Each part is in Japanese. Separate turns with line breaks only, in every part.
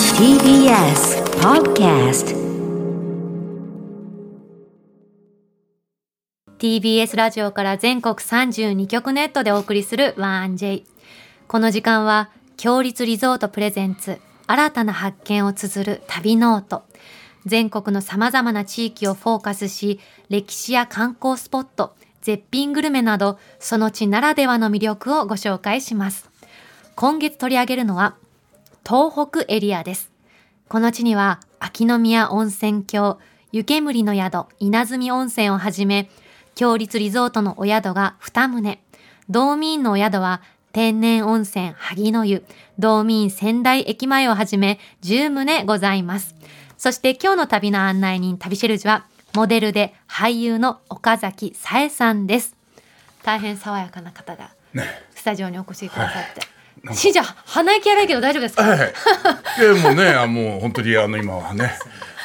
TBS Podcast
TBS ラジオから全国32局ネットでお送りする 1J この時間は強立リゾートプレゼンツ新たな発見を綴る旅ノート全国のさまざまな地域をフォーカスし歴史や観光スポット絶品グルメなどその地ならではの魅力をご紹介します今月取り上げるのは東北エリアですこの地には秋の宮温泉郷湯煙の宿稲積温泉をはじめ強立リゾートのお宿が2棟道民のお宿は天然温泉萩の湯道民仙台駅前をはじめ10棟ございますそして今日の旅の案内人旅シェルジュはモデルで俳優の岡崎紗恵さんです大変爽やかな方がスタジオにお越しくださって、
なんか
しんちゃん鼻息荒いけど大丈夫ですか、
はい。でもうね、あもう本当にあの今はね、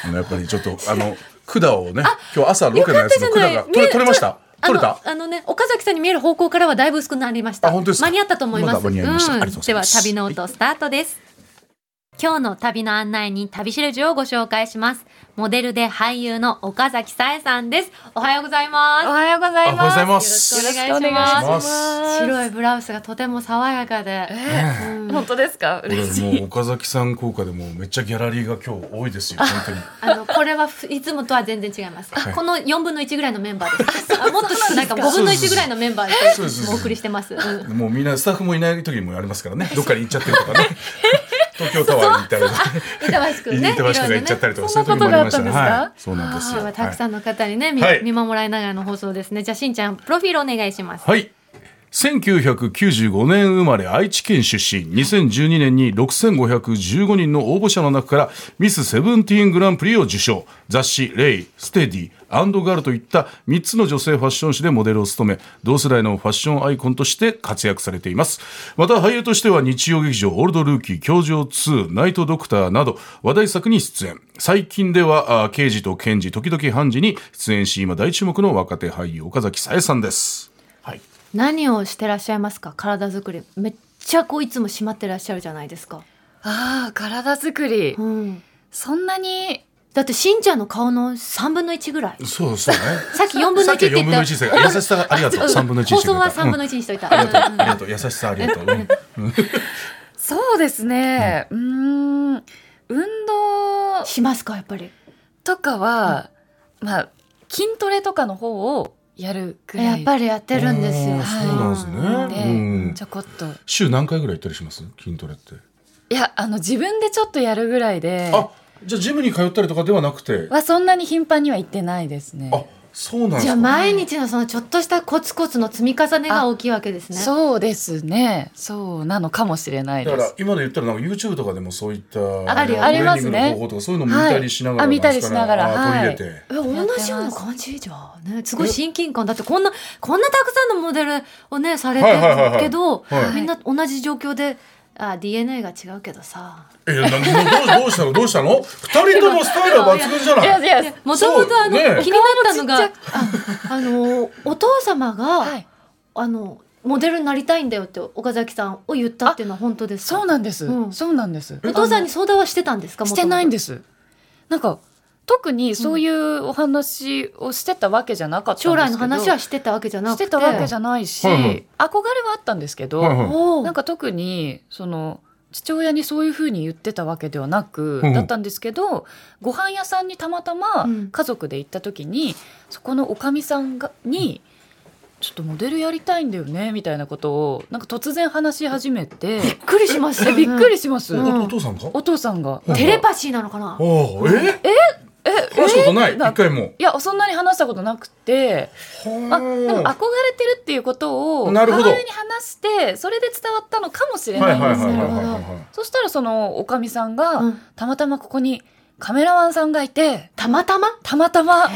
あのやっぱりちょっとあの管をね、今日朝ロ
よか
ケのや
った
つ
じゃ
の
な
管
い
が取れ取れました。
あ
取
の
れた。
あのね岡崎さんに見える方向からはだいぶ薄くなりました
あ本当ですか
間に合ったと思います
まだ間に合いましたありがとうございます
では旅の音スタートです、今日の旅の案内に旅しるじをご紹介しますモデルで俳優の岡崎さえさんですおはようござい
お
ま
はようございます。
おはようございます
よろしくお願いし
よろ
ます
しくお願いし。
す白いブラウスがとても爽やかで、うん
本当ですか。
俺
嬉しい。
もう岡崎さん効果でもうめっちゃギャラリーが今日多いですよ 本当に。
あのこれはふいつもとは全然違います。
い
この4分の1ぐらいのメンバーです。 あもっと少ないか5分の1ぐらいのメンバーで
そうですそうです
お送りしてます。うん
もうみんなスタッフもいない時にもありますからね。どっかに行っちゃってるとかね。東京タワーに行ったりとか、
板橋君ね、
板橋区が行っちゃったりとかそういう時もありましたね。はい。そうなんです
今
よ。
日
は
はたく
い
さんの方にね、見
はい
見守られながらの放送ですね。じゃあしんちゃんプロフィールお願いします。
はい。1995年生まれ愛知県出身2012年に6515人の応募者の中からミスセブンティーングランプリを受賞雑誌「レイ」「ステディ」「アンドガール」といった3つの女性ファッション誌でモデルを務め同世代のファッションアイコンとして活躍されていますまた俳優としては日曜劇場「オールドルーキー」「教場2」「ナイトドクター」など話題作に出演最近ではあ刑事と検事時々判事に出演し今大注目の若手俳優岡崎紗恵さんですはい
何をしてらっしゃいますか体作り。めっちゃこういつも締まってらっしゃるじゃないですか。
ああ、体作り
う。ん。
そんなに。
だってしんちゃんの顔の3分の1ぐらい。
そうそうね。
さっき4分の
さ
1
っ
っ
き
て
4
言
分
っ
の
た。
1で優しさありがとう。3分の1
放送は3分の
1。
1にしといた。
ありがとう、
うん
ありがとう、優しさありがとう。うん
そうですね。うーん。運動
しますかやっぱり。
とかは、まあ筋トレとかの方をやるくら
や
い。
っぱりやってるんですよ。
おーそうなんですね
は
で
い
うん
ちょこっと。
週何回ぐらい行ったりします筋トレって。
いや、あの自分でちょっとやるぐらいで。
あ、じゃあジムに通ったりとかではなくて。
はそんなに頻繁には行ってないですね。
あ、そうなんで
じゃあ
すか。
毎日のそのちょっとしたコツコツの積み重ねが大きいわけですね。
そうですね。そうなのかもしれない
だか
で
ら
す。
今の言ったらなんか YouTube とかでもそういった
ある
のトレーニング
ありますね
の方法とかそういうのも見たりしなが
は
ら、
いあ見たりしながら
あ
はい
取り入れて、
え同じような感じじゃんねすごい親近感だってこんなこんなたくさんのモデルをねされて
はいはいはいは
る
い
けど、
はい
みんな同じ状況であ DNA が違うけどさ
えななどうどうしたのどうしたの二人ともスタイルは抜群じゃない
いやいや、
もともとあの、
そうね
気になったのが
顔も
ああのお父様が、
はい。
あのモデルになりたいんだよって岡崎さんを言ったっていうのは本当ですか
そうなんです、
うん
そうなんです
お父さんに
あ
相談はしてたんですか
のしてないん
す
ですなんか特にそういうお話をしてたわけじゃなかったんですけど
将来の話はしてたわけじゃな
し
くて
てたわけじゃないし、
はいはい
憧れはあったんですけど、
はいはい
おー
なんか特にその父親にそういうふうに言ってたわけではなく、
うん
だったんですけどご飯屋さんにたまたま
うん
家族で行った時に、そこのおかみさんがに「ちょっとモデルやりたいんだよね」みたいなことをなんか突然話し始めて
びっくりしました
え
よ
び
ね
っくりします、
うん
おお父さんか
お父さんが。
うん
テレパシーなのかな
おーええ
え
話したことない
えな
一回も
いやそんなに話したことなくてあでも憧れてるっていうことを
なるほど
母親に話してそれで伝わったのかもしれ
は
ないい
はい
んです
はいはいはい
よ。
はいはい。
そしたらそのおかみさんが、
うん
たまたまここにカメラマンさんがいて
たまたま
たまたま
じゃ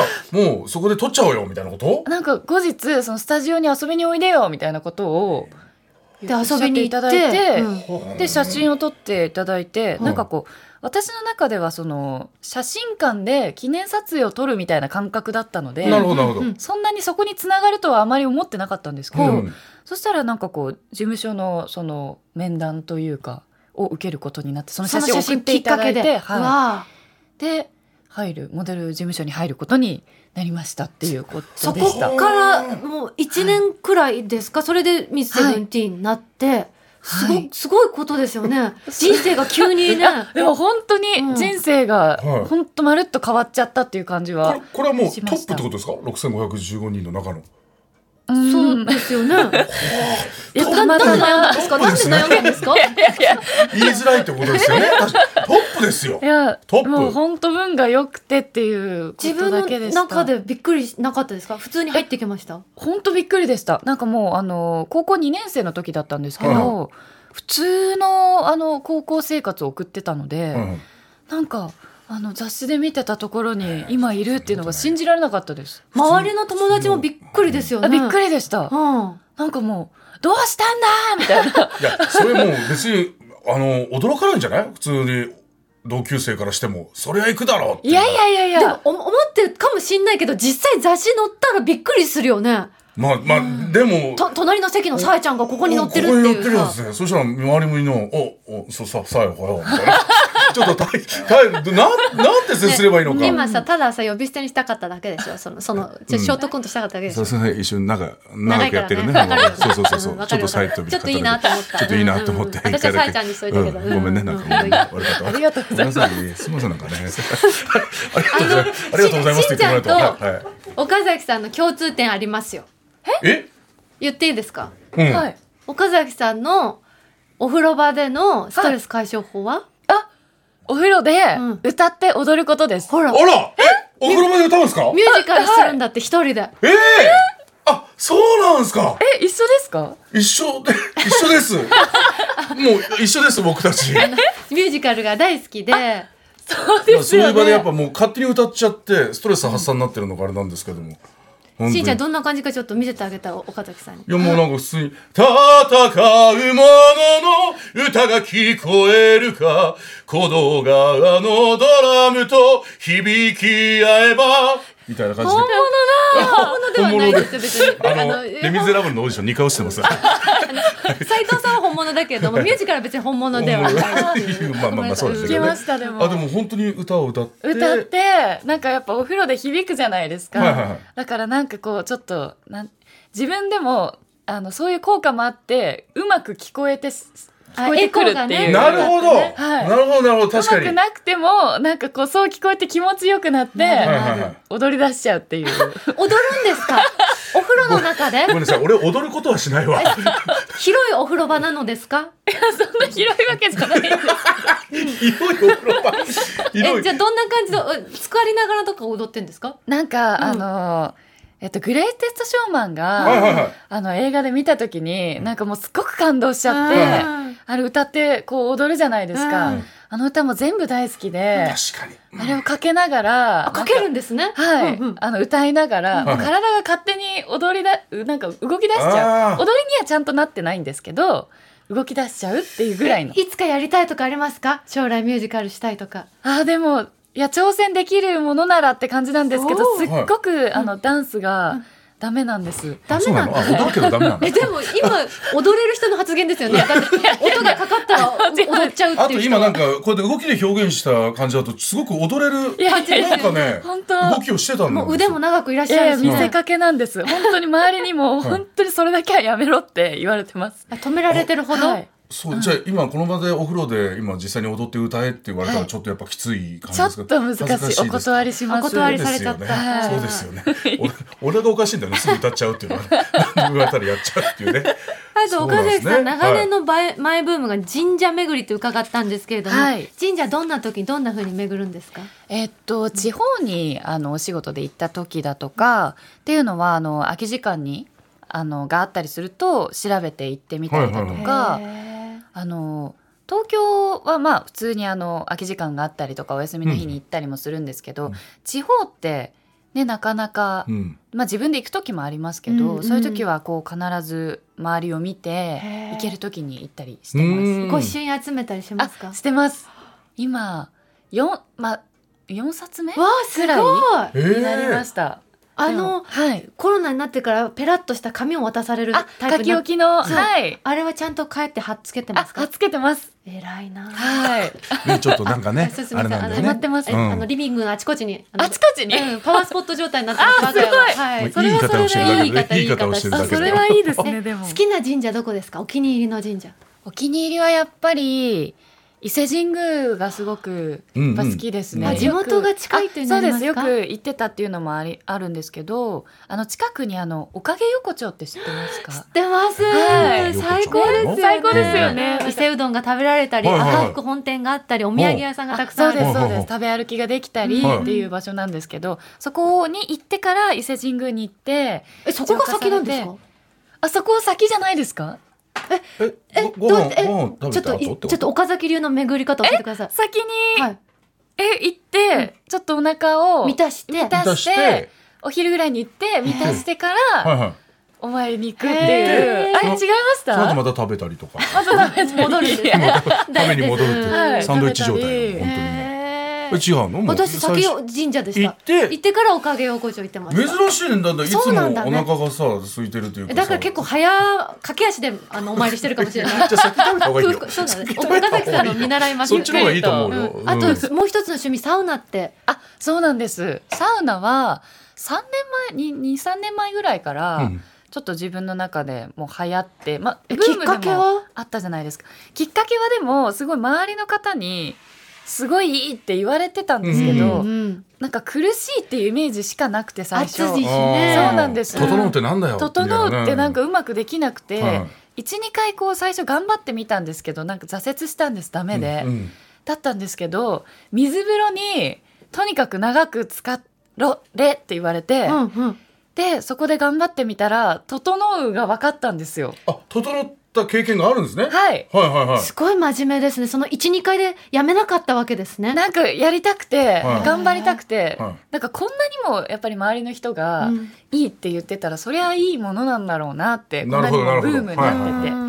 あもうそこで撮っちゃおうよみたいなこと？
なんか後日そのスタジオに遊びにおいでよみたいなことを
で遊びに行って
おっしゃっていただいて、
うん
で写真を撮っていただいて、
うん
なんかこう私の中ではその写真館で記念撮影を撮るみたいな感覚だったので
なるほどなるほど。
うん
そんなにそこにつながるとはあまり思ってなかったんですけど、
うん
そしたらなんかこう事務所のその面談というかを受けることになってその
そ
写
の
真を
写
送っ
真
て
き
い
ったか
だ
け
い
で。
て、
う
は
わあ
い、で入るモデル事務所に入ることになりましたっていうこと
そ
で
こ
した。
からもう1年くらいですか、それでミス・セブンティーンになって、すご
はい
すごいことですよ ね人生が急にね
でも本当
うん
に人生が
はい
本当まるっと変わっちゃったっていう感じ
こ
は
れ、これはもうト
しまし
ップ
た
ってことですか6515人の中の
そうですよね。いや、な
た
ん
ま
で
たま
悩んだんです
そ
か。
う
な
で
んです
ね
悩んだんですか。
言いづらいってことですよね確かにトップですよ
いや
トップ
もう本当運が良くてっていうこ
自
と
分
だけ
の
でした
中でびっくりしなかったですか。普通に入ってきました。
本当びっくりでしたなんかもうあの高校2年生の時だったんですけど、
は
普通のあの高校生活を送ってたので、
うん
なんかあの雑誌で見てたところに今いるっていうのが信じられなかったです、
周りの友達もびっくりですよ
あ
ね。
びっく
り。
りでした
うん。
なんかもうどうしたんだみたい な
いやそれもう別にあの驚かないんじゃない普通に同級生からしてもそりゃ行くだろうって
いうやいやいやい
で
や
もお思ってるかもしんないけど実際雑誌載ったらびっくりするよね。
まあまあでも
と隣の席のさえちゃんがここに載ってるって
ここに
い
乗
う
ってるやつ
さ。
ねそしたら周りもいいのおおそうささえほらみたいな ちょっと大変大変なんなんて接すればいいのか、
今さたださ呼び捨てにしたかっただけでしょそのそのちょショートコントしたかっただけでしょ、
そうですね一緒に長
長
長
い
く
か
やっ
ら
てるね
ねわかるよ
そうそうそうそ
うん
う
わ
ち
かる
ょっと
よ
サイト見
ちょっといいなと思った
ちょっといいなと思って
うんうんうん私は
一回だけ
サイちゃんにしといたけど
うんごめんねなんかもう悪かったわ
ありがとうございます
ごめんなさいねすみませんなんかねありがとうございますありがとうございますって言ってもらえた
しん
はいはい
岡崎さんの共通点ありますよ
え
言っていいですか
うん、
はい
岡崎さんのお風呂場でのストレス解消法は、
お風呂で
うん
歌って踊ることです、
ほら
あらお風呂場で歌うんですか
ミュージカルするんだって一人で、
ええあそうなんですか
え一緒ですか
一緒で一緒 ですもう一緒です僕たち
ミュージカルが大好きで
そうです
そうい
よ
う場でやっ
ね
ぱもう勝手に歌っちゃってストレス発散になってるのがあれなんですけども本当に
しんちゃんどんな感じかちょっと見せてあげた岡崎さんに
いやもうなんか普通に「戦う者の歌が聞こえるか鼓動があのドラムと響き合えば」みたいな感じで
本物ではないですよ別に
あの「レ・ミゼラブル」のオーディション2回落ちてます
斉藤さんは本物だけどもミュージカルは別に本物ではない
っていうまあまあまあそうです
聞
け
け
どね
ましたでも
あでも本当に歌を歌って
歌ってなんかやっぱお風呂で響くじゃないですか、
はいはいはい
だからなんかこうちょっとなん自分でもあのそういう効果もあってうまく聞こえてす聞こえてくるっていう、
あエコーがね
なるほど、
ね
はい
なるほどなるほど
う
確か
ま
に
くなくてもなんかこうそう聞こえて気持ちよくなって、
な
はいはいはい
踊り出しちゃうって いう
踊るんですかお風呂の中で
ごめんなさい俺踊ることはしな いわ
広いお風呂場なのですか
そんな広いわけじゃないんです
広いお風呂場
え
広
じゃ
い
あどんな感じでお座りながらとか踊ってんですか
なんか、あのえっと、グレイテストショーマンが、
はいはいはい
あの映画で見た時になんかもうすごく感動しちゃって、
うん
あれ歌ってこう踊るじゃないですか、
う
あの歌も全部大好きで、
確かに
あれをかけながら
あかけるんですね
はい、
うんうん
あの歌いながら、
はい
体が勝手に踊りだなんか動き出しちゃ
あ
う
ー
踊りにはちゃんとなってないんですけど動き出しちゃうっていうぐらいの
いつかやりたいとかありますか将来ミュージカルしたいとか
あーでもいや挑戦できるものならって感じなんですけど
そ
す
う
っごくあのダンスがダメなんです。
ダメ
そう
な
なんのあ
だ
踊るけどダメなの
えでも今踊れる人の発言ですよねだって音がかかったら踊っちゃうっ
あ
て
と
いう
今
人
な
は
んかこうやって動きで表現した感じだとすごく踊れる
いやいやいや
なんかね
本当
動きをしてたの
もう腕も長くいらっ
い
しゃ
やい
る
や
し
見せ
ね
かけなんです本当に周りにも
い
本当にそれだけはやめろって言われてます。
あ止められてるほど
はい
そうじゃあ今この場でお風呂で今実際に踊って歌えって言われたら
はい
ちょっとやっぱきつい感じ
ちょ
で
っ
すか
と難しい
恥ずか
お
です
断りします
お断りされちゃった
そうですよね。そうですよね俺俺がおかしいんだよね。すぐ歌っちゃうっていうのは、ね、言われたらやっちゃうっていうね。
あと岡崎さ
そ
ん
うなんです
長
ね
年のバイマイブームが神社巡りって伺ったんですけれども、
はい
神社どんな時にどんな風に巡るんですか
えっと地方にあのお仕事で行った時だとかっていうのはあの空き時間にあのがあったりすると調べて行ってみたりだと
はい
か、
へー
あの東京はまあ普通にあの空き時間があったりとかお休みの日に行ったりもするんですけど、
うん
地方って、ね、なかなか、
うん。
まあ、自分で行く時もありますけど、
うんうん
そういう時はこう必ず周りを見て
へー
行ける時に行ったりしてます。
うん
御朱印集めたりしますか
あしてます今4、まあ、4冊目
わあすご
く
い
らい
ええ
になりました。
あの、
はい。
コロナになってからペラッとした紙を渡される
あ、
タイ
書
プに
き
な
置きの、はい。
あれはちゃんと帰って貼っつけて
あ、
ます
貼っ
か
つけてます。
偉いな
はい。
ねちょっとなんかね
すいません
あれなんだ
あ
溜
の
よ
ま
ね
ってます
え。
うん
あのリビングのあちこちにの
あちこちに。
うん、パワースポット状態になってます
あすごい
我が家ははい、
もういい言い方をしてるだけで
いい方
ねいい言い方をしてるだけで
あそれはいいです
ね
ね
でも
好きな神社どこですかお気に入りの神社
お気に入りはやっぱり伊勢神宮がすごく
うんう
やっ
ん
ぱ好きですね。
あ地
元が近いというの
あ
はあ
そ
り
うです
ま
す。
か
よく行ってたっていうのもありあるんですけど、あの近くにあのおかげ横丁って知ってますか？
出ます、
はい
最高ですよね
最高ですよね
伊勢うどんが食べられたり
はいはいはい
赤福本店があったりお土産屋さんがたくさんあ
そうで
る
すそう
はいはい
で
は
す
い
食べ歩きができたりっていう場所なんですけど、そこに行ってから伊勢神宮に行って
えそこが先なんですか
あそこ先じゃないですか
えごご
どう
飯
え
ご飯食
ちょ
べ
ったと
後って
い
こと
ちょっと岡崎流の巡り方を教えてください
先に、
はい
え行って、ちょっとお腹を
満たして
満た
出して
お昼ぐらいに行って満たしてから、
はいはい
お参りに行くって
へ
いう
ー
あれ違いまし
その後
た
また食べたりとか
戻るんですね
ために戻るって
はい
サンドイッチ状態だよ
食べ
本当にね
へ
え
ー
違うのもう
私
最
先
初
を神社でし
行
た
って
行ってからおかげ横丁行ってました
珍しいねだんだんいつも
そう
お
なんだね
腹がさ空いてるというか
え
さ
だから結構早駆け足であのお参りしてるかもしれな い
じゃあ先食べた方がいい
空
よ
腹そうなんです岡崎さんの見習います
そっちの方がいいと思うよ
う
うん
んあともう一つの趣味サウナって
あそうなんですサウナは3年前に23年前ぐらいから、
うん
ちょっと自分の中でもう流行って、ま、
え
ブームでも
きっかけは
あったじゃないですかきっかけはでもすごい周りの方にすごいいいって言われてたんですけど、
うんうん
なんか苦しいっていうイメージしかなくて最初
暑いしね
あー
そうなんです
整うってなんだよ
整うってなんか
み
うまくできなくて、
たいなね
12回こう最初頑張ってみたんですけどなんか挫折したんですダメで、
うんうん
だったんですけど水風呂にとにかく長く使ろれって言われて、
うんうん
でそこで頑張ってみたら「整う」が分かったんですよ。
あ整った経験があるんですねはい
はい
はいはい
すごい真面目ですねその12回でやめなかったわけですね
なんかやりたくて、
はい
頑張りたくて、
はい
なんかこんなにもやっぱり周りの人が
うん
いいって言ってたら、そりゃいいものなんだろうなってこん
なる
なに
ほど
もブームになってて、
なるほどは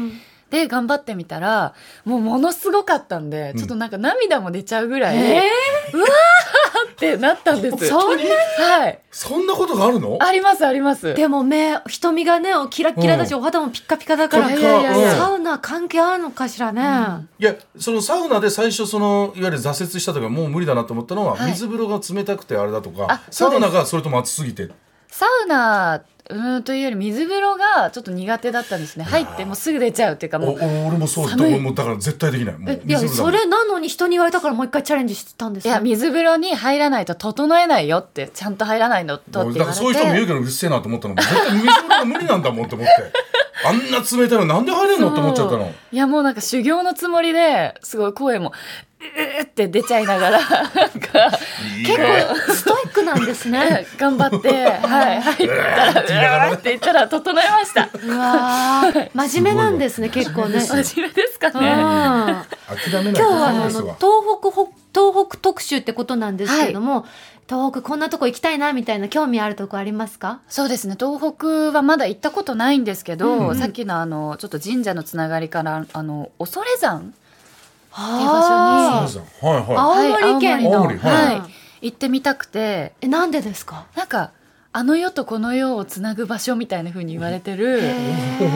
で頑張ってみたらもうものすごかったんで、
うん
ちょっとなんか涙も出ちゃうぐらい、
え
ってなったんで
ー
す。
そんな
はい、
そんなことがあるの
ありますあります。
でも目瞳がねキラッキラだし、
う
お肌もピッカピカだから
いやいやいやいや
サウナ関係あるのかしらね、
いやそのサウナで最初そのいわゆる挫折したとかもう無理だなと思ったのは
はい
水風呂が冷たくてあれだとか
あ
サ
そうで
ウ
す
ナがそれとも暑すぎて
サウナうーんというより水風呂がちょっと苦手だったんですね。入ってもうすぐ出ちゃうっていうか
お
もう
お俺もそうだ
寒い
俺もだから絶対できないも
え
う
いや
水風呂
それなのに人に言われたからもう一回チャレンジしてたんです
い
よ
や水風呂に入らないと整えないよってちゃんと入らないのと
だ
って言わ
から
れて
そういう人も言うけどうっせえなと思ったのも絶対水風呂が無理なんだもんと思って あんな冷たいのなんで入れんのって思っちゃったの
いやもうなんか修行のつもりですごい声もうーって出ちゃいながらなんか
いい
結構ストイックなんです ね
頑張ってはい入ったらうわーって言ったら整えました。
うわー真面目なんですね結構ね
真面目ですか
う
ね。
ん
諦めな
今
い
日はあの
です
東
わ
北ほ東北特集ってことなんですけれども、東北こんなとこ行きたいなみたいな興味あるとこありますか？
そうですね東北はまだ行ったことないんですけど、
うん
さっきのあのちょっと神社のつながりからあの恐山
あ
そうですよはい
ー
は
青森県の、
青森はい
行ってみたくて
えなんでですか？
なんかあの世とこの世をつなぐ場所みたいな風に言われてる、
す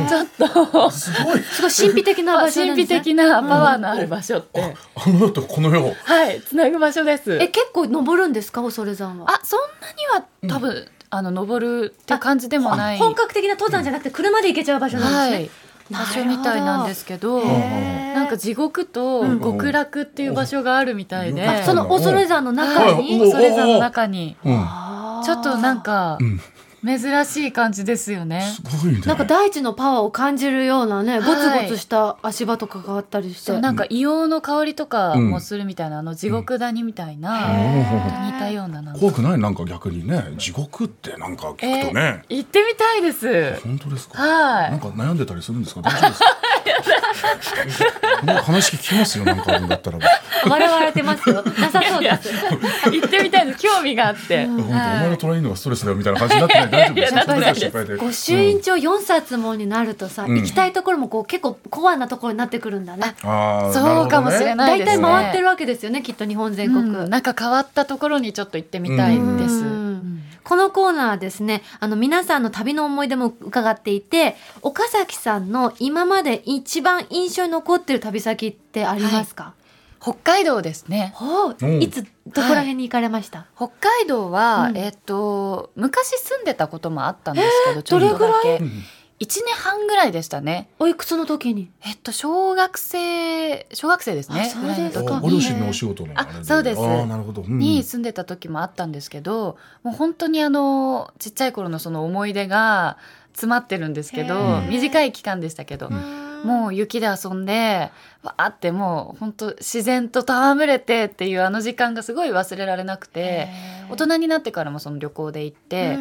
ちょっと
いすごい
ごい神秘的な場所な
神
んで
秘
すね。
的なパワーのある場所って、
あの世とこの世を
はいつなぐ場所です
え結構登るんですか恐山は？
あそんなには多分、あの登るって感じでもない
本格的な登山じゃなくて車で行けちゃう場所な
は
んで
い、
すね。。
場所みたいなんですすけど、
うん
なんか地獄と
うん
極楽っていう場所があるみたいで、
うん
その恐山の中
はい
に
お
それぞれの中に
うん
あー
ちょっとなんか
うん
珍しい感じですよね。
すごいね
なんか大地のパワーを感じるようなねゴツ
はい
ゴツした足場とかがあったりして。
そうなんか硫黄の香りとか
うん
もするみたいな、あの地獄谷みたい
うん
な、似たようななんか
怖くないなんか逆にね地獄ってなんか聞くとね、
行ってみたいです。
本当ですか、
はい
なんか悩んでたりするんですか大丈夫です かこ の話聞きますよなんかあるんだったらば
笑われてますよ。なさそうです。
行ってみたいです。興味があって。
本当お前の
は
捉えるのがストレスだよみたいな感じになってない大丈夫
い
です
やいや
そん
な
な
って
心配で
御朱印帳4冊もになるとさ、
うん
行きたいところもこう結構コアなところになってくるんだね。
あ
い
ー
そうかもしれ
なる
ない
大
です
体
ね。
回ってるわけですよね、きっと日本全国。
うんなんか変わったところにちょっと行ってみたいです。
うん
うん
このコーナーはですね、あの皆さんの旅の思い出も伺っていて、岡崎さんの今まで一番印象に残ってる旅先ってありますか、
北海道ですね
ほう
うん
いつどこら辺に行かれました、
北海道は、
うん
えっと昔住んでたこともあったんですけど、ちょっ
ど
と
れぐら
だ
い
け1
うん
年半ぐらいでしたね
おいくつの時に
えっと小学生小学生です
あ
ね
そう
ぐらいの
です
時
か
あ
に
ご両親のお仕事の
あ
れ
そうです
あーなるほど、うん
に住んでた時もあったんですけど、もう本当にあのちっちゃい頃のその思い出が詰まってるんですけ
へ
ど
ー
短い期間でしたけど、もう雪で遊んでわーってもう本当自然と戯れてっていうあの時間がすごい忘れられなくて大人になってからもその旅行で行って、やっ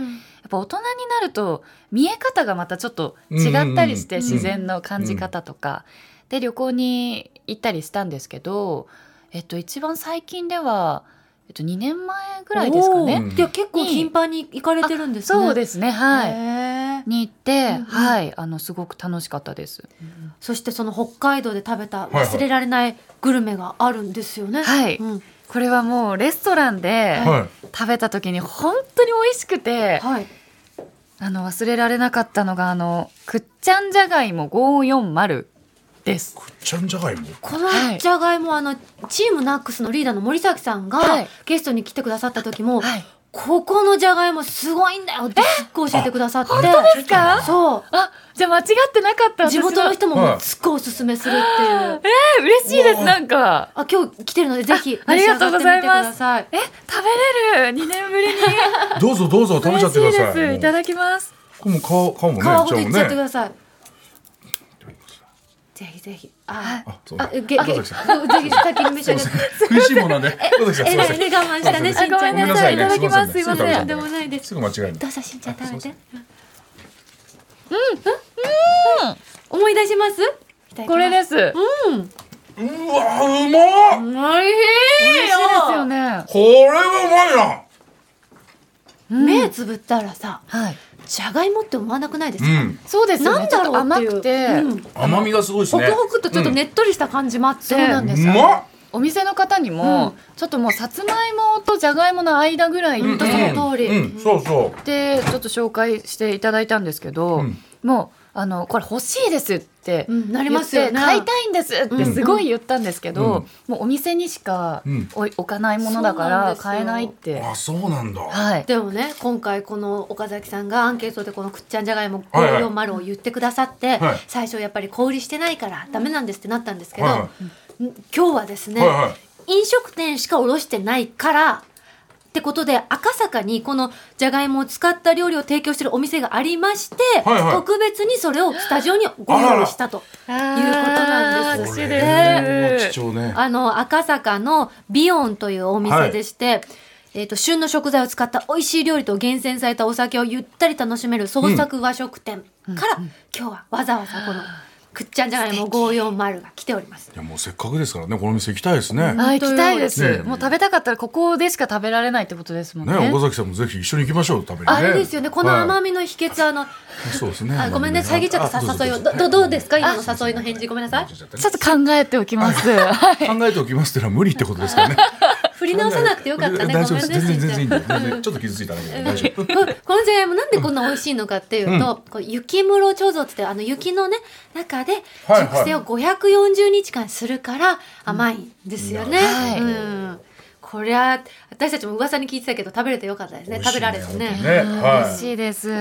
ぱ大人になると見え方がまたちょっと違ったりして、
うんうんうん
自然の感じ方とか、で旅行に行ったりしたんですけど、えっと、一番最近では、えっと、2年前ぐらいですかね。
いや結構頻繁に行かれてるんですね。
そうですねはい、
はい。
に行って、
うんうん
はいあのすごく楽しかったです。
そしてその北海道で食べた
いはい
忘れられないグルメがあるんですよね。
はい
うん
これはもうレストランで
は
食べた時に本当に美味しくて、
はい。
あの忘れられなかったのがあのくっちゃんじゃがいも540です。
い、ちゃんじゃがいも
この
はい
じゃがいもあのチームナックスのリーダーの森崎さんが
はい
ゲストに来てくださった時も、
はい。
ここのじゃがいもすごいんだよってすっごい教えてくださって。本
当ですか
そう。
あじゃあ間違ってなかった。
地元の人も
はい
もうすっごいおすすめするっていう。
え嬉しいですなんか。
あ今日来てるのでぜひ
ああ
召
り
し上
がとうご
がってみ
ざ
て
い
く
ます
ださい。
え食べれる2年 ぶりに
どうぞどうぞ食べち
嬉
ゃっ
して
くだ
い
さい
です。いただきます。
もう顔顔もね
皮ごといっちゃってく
ね
ださい。ぜひぜひ。あ
あそう
あ、げ、げ、
岡
ぜ
崎さん
ひ先に召し上がって。
食いしいもので岡崎さんす
え
いま
ら
せ
い
ん
ね我慢したね、
す
し
い
んちゃん。
ごめ
あごめん
んなさいね
なさいいただきます
すいませ
すいませ
ん
んでもないです
すぐ間違えない
どうぞしんちゃん食べて。
あすいません
うん。うん。思い出します。いただきます
これ。です。美味
うわうまっ
おい
しい
しい
で
よ。
すよね。
これは
目つぶったらさ、
はい。
じゃがいもって思わなくないです
うまい
か。
なうん
そうですよ
な
ね。
ん
ちょ
だ
っ
ろ
と
うっ
甘
ていう
くて、
うん
甘みがすごいです
ホク
ね
ホクとちょっとねっとりした感じもあって。
そうなん
う
で
ん
す
う
よ。
まっ
お店の方にも、
うん
ちょっともうさつまいもとじゃがいもの間ぐらいで、
んとその通り
うんうんそうそう
でちょっと紹介していただいたんですけど、
うん
もうあのこれ欲しいですって
う
言って、
んなりますよね
買いたいんですってすごい言ったんですけ
うん
ど、もうお店にしか
うん
置い置かないものだか
そうなん
ら
ですよ
買えないって、
あそうなんだ
はい、
でもね今回この岡崎さんがアンケートでこのくっちゃんじゃがいも
はいはい
540を言ってくださって、
はい
最初やっぱり小売りしてないからダメなんですってなったんですけど、
は
ん今日はですね、
はいは
飲食店しか卸してないからってことで赤坂にこのじゃがいもを使った料理を提供してるお店がありまして、
はいはい
特別にそれをスタジオにご用意したと。
いう
ことなんです
こ
嬉しい
れ
で
も
す
貴。重 ね
あの赤坂のビヨンというお
は
店
い
でして、えー、と旬の食材を使った美味しい料理と厳選されたお酒をゆったり楽しめる創作和食店から、今日はわざわざこのくっちゃんじゃがいも540が来ております
い。やもうせっかくですからねこの店行きたいですね
あ行きたいで
ね
す、もう食べたかったらここでしか食べられないってことですもん
ね
ね。
岡崎さんもぜひ一緒に行きましょう食べにね
あれですよねこの甘み
み
の秘訣、あの
そうですね
あごめんね遮っちゃった
あどうぞ
誘いを
ど
ど
うぞ
どどうですか今の誘いの返事ごめんなさい
ちょっと考えておきます。はい
考えておきますってのは無理ってことで すからね。
振り直さなくてよかったね
大
ご
丈夫
め
で
ん
す。
ね
全
し
然
ん
全
ちゃ
然
ん
いいんで全然ちょっと傷ついただけで大丈夫。
ここのじゃがいもなんでこんな美味しいのかっていうと、こう雪室貯蔵っつってあの雪のね中で
はいはい
熟成を540日間するから甘いんですよね。
はい
うんこりゃ私たちも噂に聞いてたけど食べれてよかったですね食べられてね
美味しいね
嬉
は
しいです。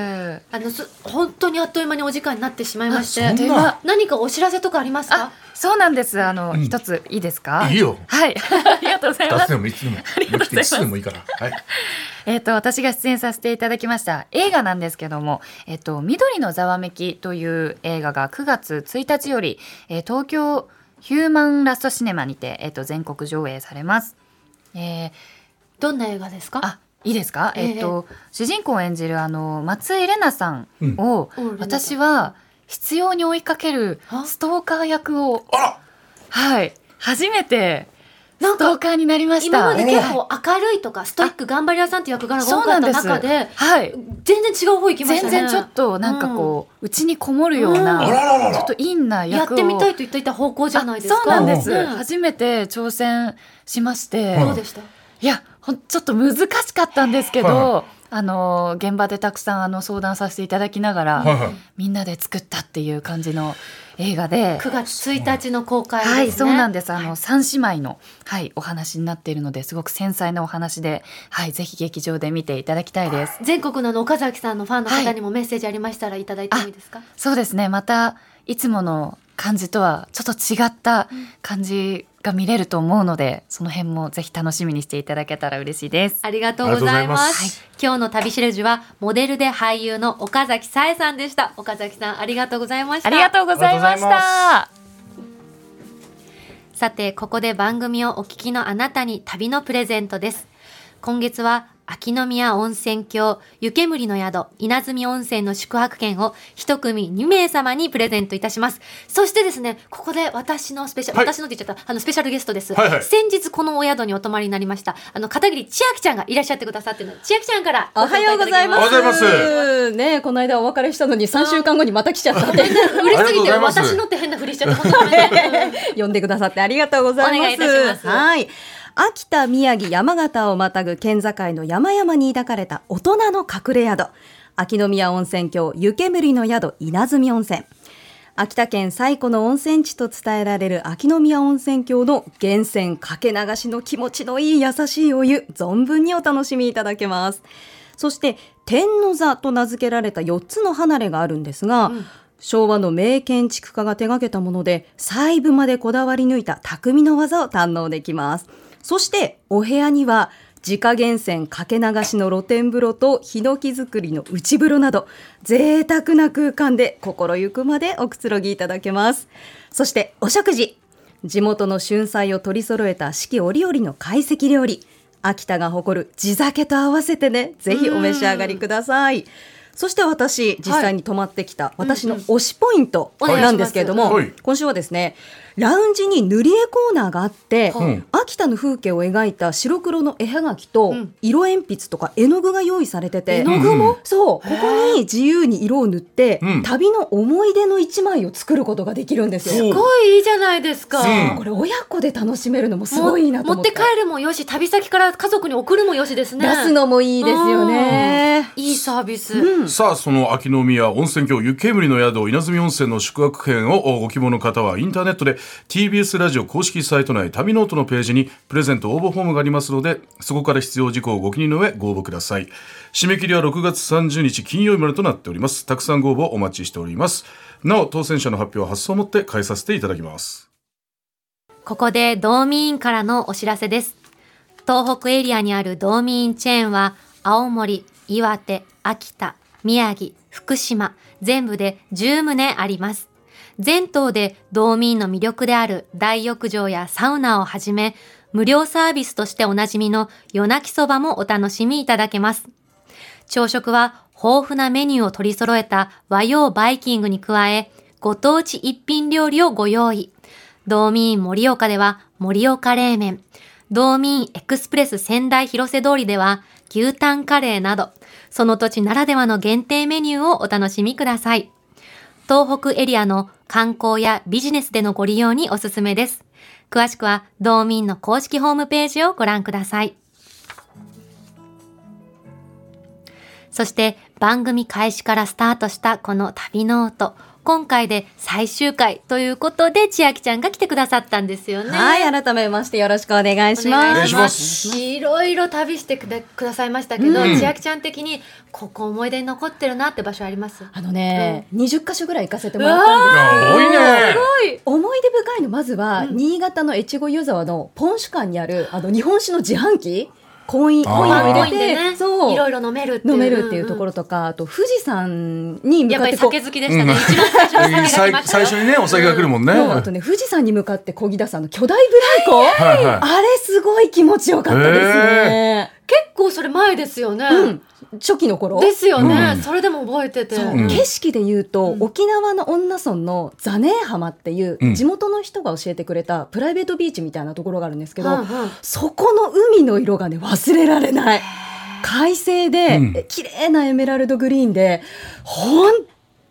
あのす本当にあっという間にお時間になってしまいまし
あ
て
そんな
何かお知らせとかありますか
あ、そうなんです。あの、一ついいですか。
い。いいよ。
はい、 ありがとうござい
二
ま
つ
す
で。も一つで
がと
も、
うございま
抜
す
きて一つでもいいから。はい。
えっ、と、私が出演させていただきました映画なんですけども、えっ、と、緑のざわめきという映画が9月1日より、えー東京ヒューマンラストシネマにて、えっ、と、全国上映されます。えー
どんな映画ですか
あ、いいですか、
ええ
えっ、と、主人公を演じるあの、松井玲奈さんを、
うんお玲奈さん
私は必要に追いかける
あ
ストーカー役を、
あら
はい、初めて、
な
ス
ん
トー
か
カーになりました。
今まで結
はい
構明るいとかストイック頑張り屋さんって役柄が多
そう
か
な
っ
んで
た
す。
中で
はい。
全然違う方行きました
全
ね。
然ちょっとなんかこううち、にこもるよう
うん
あら
な、
らら
ちょ
ら
っと。インな
やっ
役を
てみたいと言っていた方向じゃないですか。
あそうなんです、
ね
初めて挑戦しまして、
はい
どうでした。
いやほんちょっと難しかったんですけど、
は
あの現場でたくさんあの相談させていただきながら、
はいはい
みんなで作ったっていう感じの映画で。
9月1日の公開ですね。
はい、そうなんです。あの、三姉妹の、はい、お話になっているので、すごく繊細なお話で、はい、ぜひ劇場で見ていただきたいです。
全国のあの岡崎さんのファンの方にもメッセージありましたらいただいてもいいですか。
そうですね、また、いつもの感じとは、ちょっと違った感じが見れると思うので、その辺もぜひ楽しみにしていただけたら嬉しいです。
ありがとうございます。
ありがとうございます
今日の旅しるじはモデルで俳優の岡崎紗恵さんでした。岡崎さんありがとうございました。
ありがとうございまし
ありがとうござい
た。
さて、ここで番組をお聞きのあなたに旅のプレゼントです。今月は、秋の宮温泉郷、湯煙の宿、稲積温泉の宿泊券を一組2名様にプレゼントいたします。そしてですね、ここで私のスペシャル、
はい
私のって言っちゃった、あのスペシャルゲストです。
はいはい
先日このお宿にお泊まりになりました、あの、片桐千秋ちゃんがいらっしゃってくださってるので、千秋ちゃんから
おはようございま
お
す。
はようござい
ねえこの間お別れしたのに3週間後にまた来ちゃったんで、
嬉しすぎて
ありがとうございます
私のって変なふりしちゃった本当にね
呼んでくださってありがとうございます。
お願いいたします
はい。秋田、宮城、山形をまたぐ県境の山々に抱かれた大人の隠れ宿。秋の宮温泉郷、湯煙の宿、稲積温泉。秋田県最古の温泉地と伝えられる秋の宮温泉郷の源泉かけ流しの気持ちのいい優しいお湯、存分にお楽しみいただけます。そして、天の座と名付けられた4つの離れがあるんですが、昭和の名建築家が手掛けたもので、細部までこだわり抜いた匠の技を堪能できます。そして、お部屋には、自家源泉かけ流しの露天風呂とヒノキ作りの内風呂など贅沢な空間で心ゆくまでおくつろぎいただけますそしてお食事地元の春菜を取り揃えた四季折々の懐石料理秋田が誇る地酒と合わせてねぜひお召し上がりくださいそして私実際に泊まってきた私の推しポイントなんですけれども、
お願いします
今週はですねラウンジに塗り絵コーナーがあって、
うん
秋田の風景を描いた白黒の絵はがきと、色鉛筆とか絵の具が用意されてて絵の具もそうここに自由に色を塗って、
うん
旅の思い出の一枚を作ることができるんです
す
よ。
ごいいいじゃないですか。
うん
これ親子で楽しめるのもすごいなと
持
思
っ
って
て帰るもよし、旅先から家族に送るもよしですね。
出すのもいいですよね。
いいサービス。
さあその秋の宮温泉郷湯煙の宿稲積温泉の宿泊券をご希望の方はインターネットで TBS ラジオ公式サイト内旅ノートのページにプレゼント応募フォームがありますのでそこから必要事項をご記入の上ご応募ください締め切りは6月30日金曜日までとなっておりますたくさんご応募お待ちしておりますなお当選者の発表は発送をもって返させていただきます
ここで道民院からのお知らせです。東北エリアにある道民院チェーンは、青森、岩手、秋田、宮城、福島、全部で10棟あります。全島で道民院の魅力である大浴場やサウナをはじめ、無料サービスとしておなじみの夜泣きそばもお楽しみいただけます。朝食は豊富なメニューを取り揃えた和洋バイキングに加え、ご当地一品料理をご用意。道民院盛岡では盛岡冷麺、道民院エクスプレス仙台広瀬通りでは牛タンカレーなど、その土地ならではの限定メニューをお楽しみください。東北エリアの観光やビジネスでのご利用におすすめです。詳しくは道民の公式ホームページをご覧ください。そして番組開始からスタートしたこの旅ノート。今回で最終回ということで千秋ちゃんが来てくださったんですよね。
はい、改めましてよろしくお願いします。
お願いします
いろいろ旅してくだくださいましたけど、千秋ちゃん的にここ思い出に残ってるなって場所あります
あのね、20箇所ぐらい行かせてもらったんです
多いね
思い出深いのまずは、新潟の越後湯沢のポン酒館にあるあの日本酒の自販機コイン
あー
コインを
多
入れ
いんでね
てそう
いろいろ飲めるっていう
飲めるっていうとこ
ろ、
ろとか、あと富士山に向
やっ
かっ
ぱり
てこう
酒好きでしたね、
うん
一番最初に酒が来
最
ました
最
よ
初にねお酒が来るもんね、
そうあとね富士山に向かって漕ぎ出すあの巨大ブライコ、
はいはい
あれすごい気持ちよかったですね、
結構それ前ですよね、
うん初期の頃
ですよね、
うん
それでも覚えてて
そう
うん
景色で言うと、沖縄の恩納村のザネー浜っていう、
うん
地元の人が教えてくれたプライベートビーチみたいなところがあるんですけど、
うんうん
そこの海の色がね忘れられない快晴で、
うん
綺麗なエメラルドグリーンで本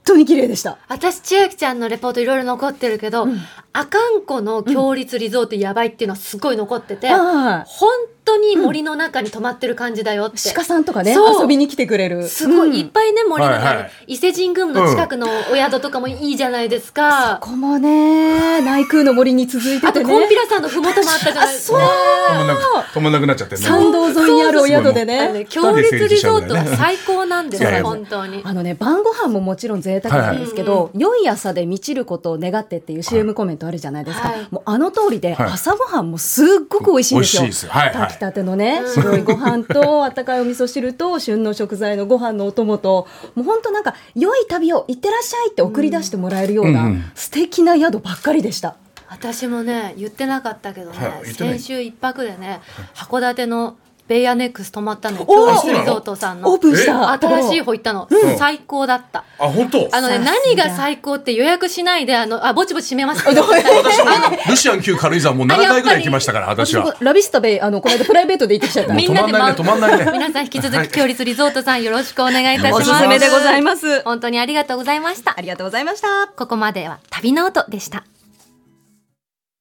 当に綺麗でした
私千秋ちゃんのレポートいろいろ残ってるけど、阿寒湖の強立リゾートやばいっていうのはすごい残ってて、
はい
本当当に森の中に泊まってる感じだよって。
鹿さんとかね
そう
遊びに来てくれる
すごい、いっぱいね、森の中に、
はいはい
伊勢神宮の近くのお宿とかもいいじゃないですか。
ここもね内宮の森に続いて
あ
て
と、
ね
コンピラさんのふもともあったじゃないですか。
止まんなく止まんなくなっちゃってね
参道沿いにあるお宿で
あの
ね
ね強烈リゾートは
二人で成立したんだよね
最高なんです
いや
よ、
いや
本当に。
あのね晩ご飯ももちろん贅沢なんですけど、良い朝で満ちることを願ってっていう CM コメントあるじゃないですか、
はい
もうあの通りで
はい
朝ごはんもすっごく美味しいんですよ、
美味しいですはいはい
炊きたてのね白いご飯と温かいお味噌汁と旬の食材のご飯のお供ともうほんとなんか良い旅を行ってらっしゃいって送り出してもらえるような、
うんうん
素敵な宿ばっかりでした
私もね言ってなかったけどね、
はい言ってない
先週一泊でね函館のベイアネックス泊まったの
おー
京都リゾートさんの
オープンした
新しい方行ったの、
うん
最高だった
あ本当
あのね
さすが
何が最高って予約しないであのあぼちぼち閉めますけど
私もねルシアン級軽井沢もう7回ぐらい行きましたから私
私も
は
ラビスタベイあのこの間プライベートで行ってきちゃった
もう
み
止
んな
ま
で
んないね止まんないね
皆さん引き続き強立リゾートさんよろしくお願いいたし
お
ます
すめでご
ます
本当にありがとうございました
ありがとうございました
ここまでは旅ノートでした